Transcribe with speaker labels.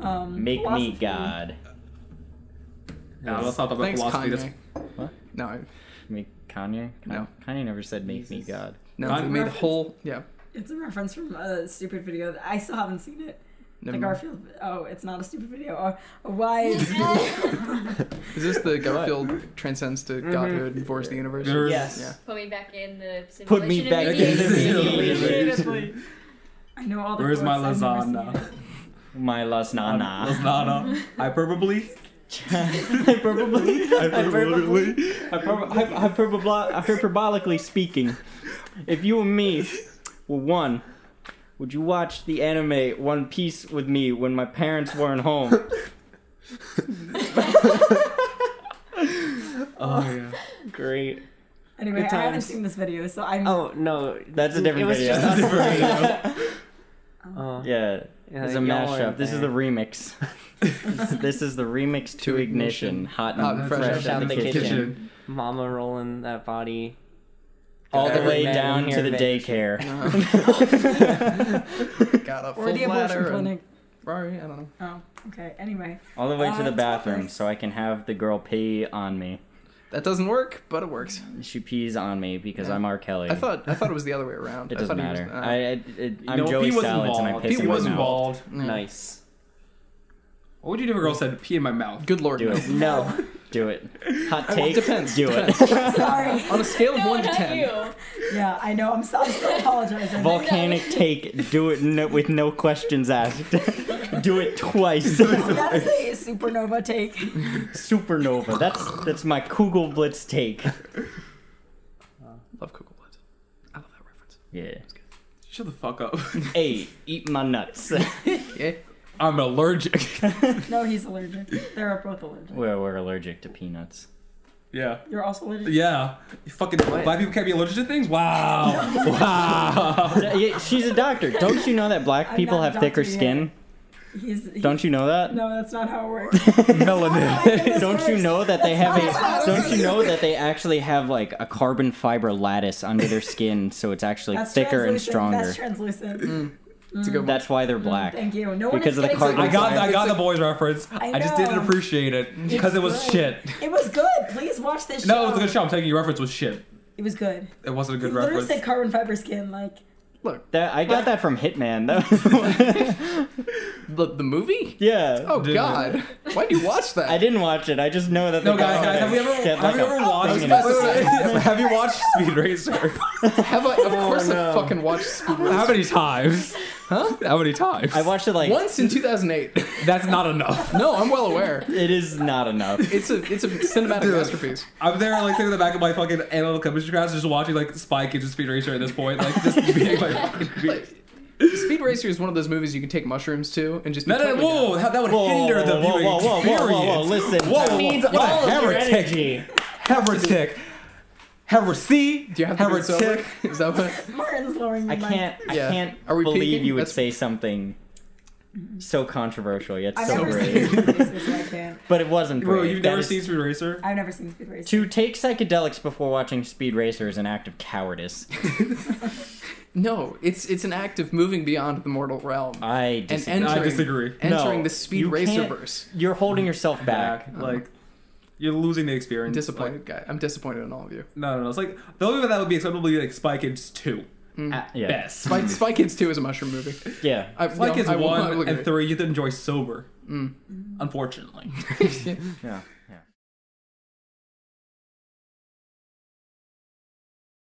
Speaker 1: um,
Speaker 2: Make me
Speaker 3: Philosophy.
Speaker 2: God.
Speaker 4: No, let's not talk about
Speaker 3: Thanks,
Speaker 4: philosophy.
Speaker 3: Kanye.
Speaker 4: That's,
Speaker 2: What?
Speaker 3: No, I-
Speaker 2: Make Kanye?
Speaker 3: No.
Speaker 2: Kanye never said make me
Speaker 1: Jesus.
Speaker 2: God.
Speaker 3: no,
Speaker 4: Kanye
Speaker 3: they made a
Speaker 4: reference?
Speaker 3: whole yeah.
Speaker 1: It's a reference from a stupid video. That I still haven't seen it. the
Speaker 3: Never mind.
Speaker 1: Garfield. Oh, it's not a stupid video. Or, or why?
Speaker 3: Is this the Garfield transcends to
Speaker 1: Mm-hmm.
Speaker 3: godhood and force the universe?
Speaker 4: There's-
Speaker 2: Yes.
Speaker 3: Yeah.
Speaker 5: Put me back in the simulation.
Speaker 2: Put me back in the
Speaker 5: immediately.
Speaker 2: immediately.
Speaker 1: I know all the.
Speaker 4: Where's my
Speaker 1: quotes, I've never
Speaker 4: lasagna?
Speaker 1: seen it.
Speaker 2: My las nana.
Speaker 4: Lasagna. Hyperbole.
Speaker 2: hyperbole.
Speaker 4: Hyperbole.
Speaker 2: Hyper- hy- hyperbola- hyperbolically speaking, if you and me were one, would you watch the anime One Piece with me when my parents weren't home?
Speaker 4: Oh yeah.
Speaker 2: Great.
Speaker 1: Anyway,
Speaker 2: Good
Speaker 1: I haven't
Speaker 2: times.
Speaker 1: seen this video, so I'm. um,
Speaker 6: Oh no,
Speaker 2: That's a different
Speaker 6: it was
Speaker 2: video.
Speaker 6: Just
Speaker 2: That's a
Speaker 6: different video.
Speaker 2: Yeah, it's a mashup. This is the remix. this is the remix to
Speaker 3: To
Speaker 2: ignition,
Speaker 3: Ignition.
Speaker 2: hot
Speaker 3: Hot
Speaker 2: and
Speaker 3: and
Speaker 2: fresh, out, of the, kitchen,
Speaker 6: mama rolling that body
Speaker 2: all the
Speaker 6: Every
Speaker 2: way
Speaker 6: man
Speaker 2: down
Speaker 6: here
Speaker 2: to the
Speaker 6: bitch.
Speaker 2: daycare.
Speaker 3: Got a full
Speaker 1: Or the abortion
Speaker 3: bladder and-
Speaker 1: clinic.
Speaker 3: Rory, I don't know.
Speaker 1: Oh, okay. Anyway,
Speaker 2: All the way to
Speaker 1: Uh,
Speaker 2: the
Speaker 1: it's
Speaker 2: bathroom
Speaker 1: nice.
Speaker 2: so I can have the girl pee on me.
Speaker 3: That doesn't work, but it works.
Speaker 2: She pees on me because
Speaker 3: Yeah.
Speaker 2: I'm R. Kelly.
Speaker 3: I thought I thought it was the other way around.
Speaker 2: it
Speaker 3: I
Speaker 2: doesn't
Speaker 3: thought he was-
Speaker 2: matter.
Speaker 3: uh,
Speaker 2: I, I, it, I'm
Speaker 4: no,
Speaker 2: Joey
Speaker 4: P was
Speaker 2: Salads and I
Speaker 4: involved.
Speaker 2: piss
Speaker 4: P
Speaker 2: in my
Speaker 4: was
Speaker 2: mouth.
Speaker 4: involved.
Speaker 3: yeah.
Speaker 6: nice
Speaker 4: What would you do if a girl said pee in my mouth?
Speaker 3: Good lord,
Speaker 2: Do
Speaker 3: no.
Speaker 2: it.
Speaker 6: no
Speaker 2: Do it. Hot
Speaker 3: well,
Speaker 2: take.
Speaker 3: depends,
Speaker 2: Do
Speaker 3: depends.
Speaker 2: it.
Speaker 1: sorry.
Speaker 3: On a scale of
Speaker 5: No,
Speaker 3: one to
Speaker 5: not
Speaker 3: ten,
Speaker 5: you.
Speaker 1: yeah, I know. I'm, so, I'm still apologizing.
Speaker 2: Volcanic take. Do it no, with no questions asked. do it twice.
Speaker 1: That is a supernova take.
Speaker 2: Supernova. That's that's my Kugel Blitz take.
Speaker 3: love Google Blood. I love that reference.
Speaker 2: Yeah.
Speaker 4: Shut the fuck up.
Speaker 2: Hey, eat my nuts.
Speaker 3: Yeah,
Speaker 4: I'm allergic.
Speaker 1: No, he's allergic. They're both allergic.
Speaker 2: We're, we're allergic to peanuts.
Speaker 4: yeah.
Speaker 1: You're also allergic.
Speaker 4: Yeah. You fucking black people can't be allergic to things? Wow. wow.
Speaker 2: Yeah, yeah, She's a doctor. Don't you know that black
Speaker 1: I'm
Speaker 2: people
Speaker 1: not a
Speaker 2: have thicker
Speaker 1: doctor yet.
Speaker 2: skin?
Speaker 1: He's, he-
Speaker 2: Don't you know that?
Speaker 1: No, that's not how it works.
Speaker 2: Melanin. don't you know that they have
Speaker 1: That's
Speaker 2: a?
Speaker 1: not-
Speaker 2: Don't you know that they actually have like a carbon fiber lattice under their skin, so it's actually
Speaker 1: That's
Speaker 2: thicker and
Speaker 1: translucent.
Speaker 2: stronger.
Speaker 1: That's translucent.
Speaker 3: it's a good one.
Speaker 2: That's why they're black.
Speaker 1: Thank you. No
Speaker 2: Because of
Speaker 1: one
Speaker 2: the
Speaker 1: is
Speaker 2: carbon
Speaker 4: I got I
Speaker 2: It's
Speaker 4: got the boys reference. I,
Speaker 1: I
Speaker 4: just didn't
Speaker 1: know.
Speaker 4: appreciate it because it was
Speaker 1: It's
Speaker 4: shit.
Speaker 1: good. It was good. Please watch this show.
Speaker 4: No, it was a good show. I'm taking your reference was shit.
Speaker 1: It was good.
Speaker 4: It wasn't a
Speaker 1: It
Speaker 4: good
Speaker 1: literally
Speaker 4: reference.
Speaker 1: said carbon fiber skin. Like,
Speaker 3: Look,
Speaker 2: That I got that from Hitman. That
Speaker 3: the, the movie.
Speaker 2: yeah.
Speaker 3: Oh
Speaker 4: Dude.
Speaker 3: God, why do you watch that?
Speaker 2: I didn't watch it. I just know that.
Speaker 4: No,
Speaker 2: the
Speaker 4: guys, guys, have you ever,
Speaker 2: said,
Speaker 4: have you
Speaker 2: like, a
Speaker 4: ever watched?
Speaker 2: thing in
Speaker 3: about
Speaker 2: it.
Speaker 3: to
Speaker 4: wait,
Speaker 3: say.
Speaker 4: wait, wait. have you watched Speed Racer?
Speaker 3: Have I? Of course,
Speaker 2: Oh, no.
Speaker 3: I fucking watched Speed Racer.
Speaker 4: How many times?
Speaker 3: Huh?
Speaker 4: How many times?
Speaker 2: I watched it like
Speaker 3: Once in 2008.
Speaker 4: That's not enough.
Speaker 3: No, I'm well aware.
Speaker 2: it is not enough.
Speaker 3: It's a it's a cinematic
Speaker 4: Dude.
Speaker 3: masterpiece.
Speaker 4: I'm there, like sitting in the back of my fucking analytical chemistry class, just watching like Spy Kids and Speed Racer at this point, like just being like fucking.
Speaker 3: Like, Speed Racer is one of those movies you can take mushrooms to and just be
Speaker 4: No, no, no,
Speaker 3: totally
Speaker 4: whoa, that would hinder
Speaker 2: whoa,
Speaker 4: the viewing
Speaker 2: whoa, whoa, whoa,
Speaker 4: experience.
Speaker 2: whoa, whoa, listen.
Speaker 4: Whoa,
Speaker 2: That
Speaker 4: needs
Speaker 6: all of your
Speaker 4: heretic. Heretic. Heresy.
Speaker 3: Do you have to do it
Speaker 4: heretic.
Speaker 3: sober? Is that what?
Speaker 1: Martin's lowering
Speaker 2: I
Speaker 1: the mic.
Speaker 2: can't. I
Speaker 3: Yeah.
Speaker 2: can't
Speaker 3: Are we
Speaker 2: believe
Speaker 3: peeking?
Speaker 2: you would
Speaker 3: That's-
Speaker 2: say something so controversial yet
Speaker 1: I've
Speaker 2: so
Speaker 1: never
Speaker 2: brave.
Speaker 1: seen Speed Racer, so I can't.
Speaker 2: But it wasn't brave.
Speaker 4: Bro, you've
Speaker 2: That
Speaker 4: never
Speaker 2: is-
Speaker 4: seen Speed Racer?
Speaker 1: I've never seen Speed Racer.
Speaker 2: to take psychedelics before watching Speed Racer is an act of cowardice.
Speaker 3: No, it's it's an act of moving beyond the mortal realm
Speaker 2: I
Speaker 3: and
Speaker 2: disagree.
Speaker 3: entering,
Speaker 4: disagree.
Speaker 3: entering
Speaker 2: No,
Speaker 3: the Speed
Speaker 2: you
Speaker 3: Racer
Speaker 2: can't-
Speaker 3: verse.
Speaker 2: You're holding yourself back.
Speaker 4: Back,
Speaker 3: Oh.
Speaker 4: like you're losing the experience. Like,
Speaker 3: Disappointed guy. I'm disappointed in all of you.
Speaker 4: no, no, no. It's like the only way that would be acceptable would be like Spy Kids two
Speaker 3: Hmm.
Speaker 4: at
Speaker 2: Yeah.
Speaker 4: best.
Speaker 3: Spy, Spy Kids 2 is a mushroom movie.
Speaker 2: Yeah.
Speaker 3: I,
Speaker 4: Spy Kids
Speaker 3: I will not
Speaker 4: one
Speaker 3: look at
Speaker 4: and
Speaker 3: it.
Speaker 1: Mm.
Speaker 3: Mm.
Speaker 4: three you have to enjoy sober. Unfortunately,
Speaker 2: Yeah.